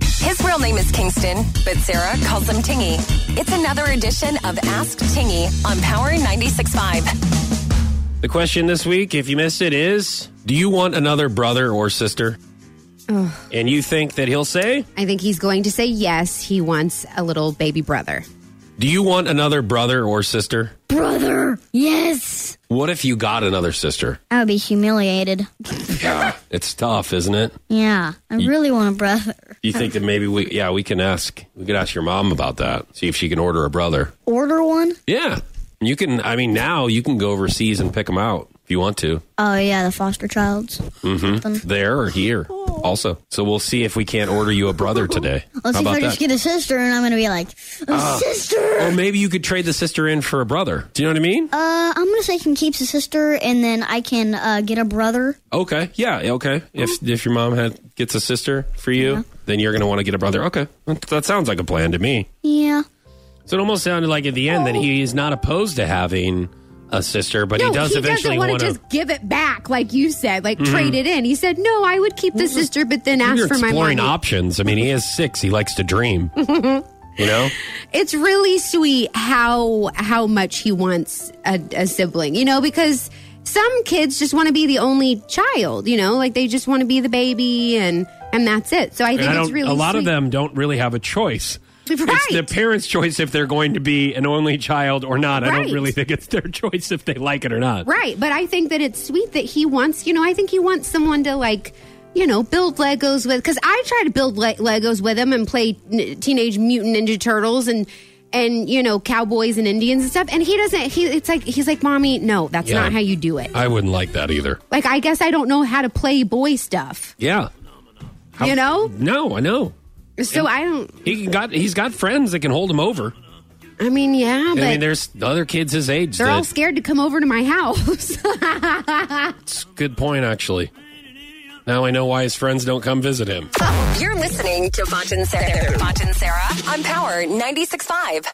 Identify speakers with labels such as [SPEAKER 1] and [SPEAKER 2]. [SPEAKER 1] His real name is Kingston, but Sarah calls him Tingy. It's another edition of Ask Tingy on Power 96.5.
[SPEAKER 2] The question this week, if you missed it, is Do you want another brother or sister? And you think that he'll say,
[SPEAKER 3] I think he's going to say yes. He wants a little baby brother.
[SPEAKER 2] Do you want another brother or sister?
[SPEAKER 4] Brother, yes.
[SPEAKER 2] What if you got another sister?
[SPEAKER 4] I would be humiliated.
[SPEAKER 2] Yeah. it's tough, isn't it?
[SPEAKER 4] Yeah, I really want a brother.
[SPEAKER 2] Do you think that maybe we, yeah, we can ask, we could ask your mom about that, see if she can order a brother.
[SPEAKER 4] Order one?
[SPEAKER 2] Yeah. You can, I mean, now you can go overseas and pick them out if you want to.
[SPEAKER 4] Oh, yeah, the foster childs.
[SPEAKER 2] There or here also. So we'll see if we can't order you a brother today.
[SPEAKER 4] Let's
[SPEAKER 2] How
[SPEAKER 4] see if
[SPEAKER 2] about
[SPEAKER 4] I
[SPEAKER 2] that? Ah.
[SPEAKER 4] just get a sister and I'm going to be like, a sister!
[SPEAKER 2] or maybe you could trade the sister in for a brother. Do you know what I mean?
[SPEAKER 4] Uh, I'm going to say he can keep his sister and then I can uh, get a brother.
[SPEAKER 2] Okay. Yeah. Okay. If
[SPEAKER 3] Mm-hmm.
[SPEAKER 2] if your mom had gets a sister for you, then you're gonna want to get a brother. Okay. That that sounds like a plan to me.
[SPEAKER 4] Yeah.
[SPEAKER 2] So it almost sounded like at the end that he is not opposed to having a sister, but he does eventually
[SPEAKER 3] doesn't wanna
[SPEAKER 2] want to.
[SPEAKER 3] just give it back, like you said, like trade it in. He said, "No, I would keep the sister, but then ask
[SPEAKER 2] You're
[SPEAKER 3] for my money."
[SPEAKER 2] exploring options. I mean, he has six. He likes to dream. you know.
[SPEAKER 3] it's really sweet how how much he wants a, a sibling, you know, because some kids just want to be the only child, you know, like they just want to be the baby and and that's it. So I think
[SPEAKER 2] And I
[SPEAKER 3] it's
[SPEAKER 2] don't.
[SPEAKER 3] really
[SPEAKER 2] a lot of
[SPEAKER 3] sweet.
[SPEAKER 2] them don't really have a choice.
[SPEAKER 3] Right.
[SPEAKER 2] It's the parents' choice if they're going to be an only child or not. I don't
[SPEAKER 3] Right.
[SPEAKER 2] really think it's their choice if they like it or not.
[SPEAKER 3] Right, but I think that it's sweet that he wants, you know, I think he wants someone to like, you know, build Legos with cuz I try to build le- Legos with him and play n- Teenage Mutant Ninja Turtles and and you know, cowboys and Indians and stuff and he doesn't he it's like he's like, "Mommy, no, that's
[SPEAKER 2] Yeah.
[SPEAKER 3] not how you do it."
[SPEAKER 2] I wouldn't like that either.
[SPEAKER 3] Like I guess I don't know how to play boy stuff,
[SPEAKER 2] Yeah. How-
[SPEAKER 3] you know?
[SPEAKER 2] No, I know.
[SPEAKER 3] So I don't
[SPEAKER 2] He can got he's got friends that can hold him over.
[SPEAKER 3] I mean, yeah, but
[SPEAKER 2] I mean, there's other kids his age.
[SPEAKER 3] they're all
[SPEAKER 2] That's
[SPEAKER 3] scared to come over to my house.
[SPEAKER 2] a good point, actually. Now I know why his friends don't come visit him.
[SPEAKER 1] You're listening to Vaughn and Sarah, Vaughn and Sarah on Power 96.5.